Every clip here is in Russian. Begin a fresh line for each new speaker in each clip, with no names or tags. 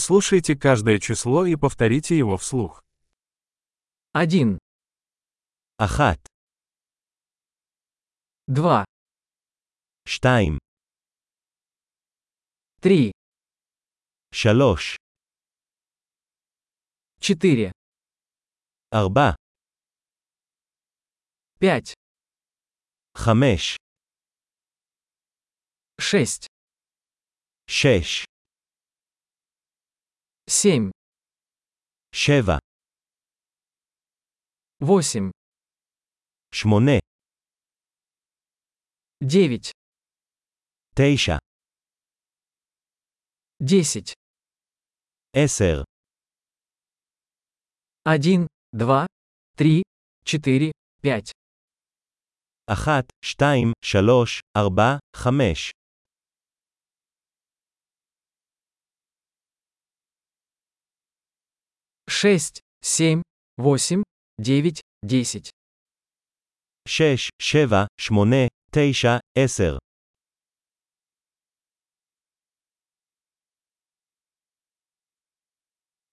Прослушайте каждое число и повторите его вслух.
Один,
אחת,
два,
שתיים,
три,
שלוש,
четыре,
ארבע,
пять,
חמש,
шесть,
שש,
семь,
שבע,
восемь,
שמונה,
девять,
תשע,
десять,
עשר,
один, два, три, четыре, пять,
אחת, שתיים, שלוש, ארבע, חמש,
шесть, семь, восемь, девять, десять,
שש, שבע, שמונה, תשע, עשר,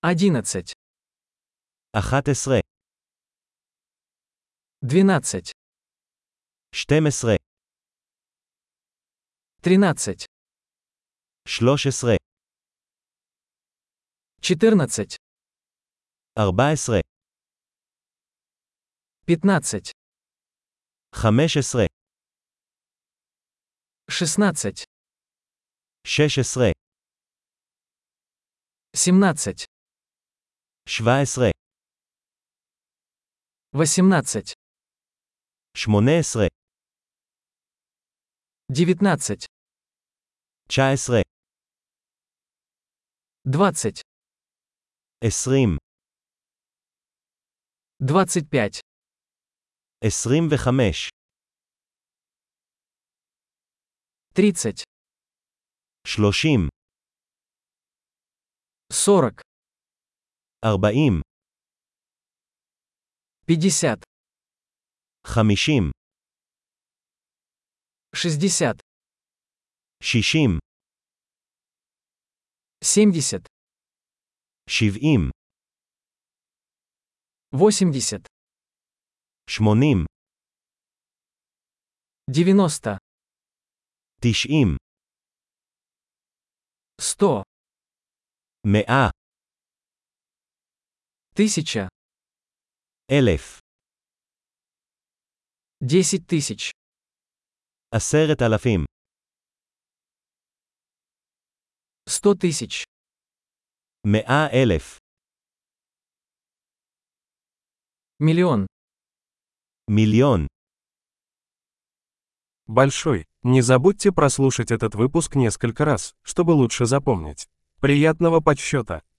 одиннадцать,
אחת עשרה,
двенадцать,
שתים עשרה,
тринадцать,
שלוש עשרה,
четырнадцать,
ארבע עשרה,
пятнадцать,
חמש עשרה,
шестнадцать,
שש עשרה,
семнадцать,
שבע עשרה,
восемнадцать,
שמונה עשרה,
девятнадцать,
תשע עשרה,
двадцать,
עשרים,
двадцать пять,
עשרים וחמש,
тридцать,
שלושים,
сорок,
ארבעים,
пятьдесят,
חמישים,
шестьдесят,
שישים,
семьдесят,
שבעים,
восемьдесят,
שמונים,
девяносто,
תשעים,
сто,
מאה,
тысяча,
אלף,
десять тысяч,
עשרת אלפים,
сто тысяч,
מאה אלף,
миллион.
מיליון.
Большой. Не забудьте прослушать этот выпуск несколько раз, чтобы лучше запомнить. Приятного подсчета!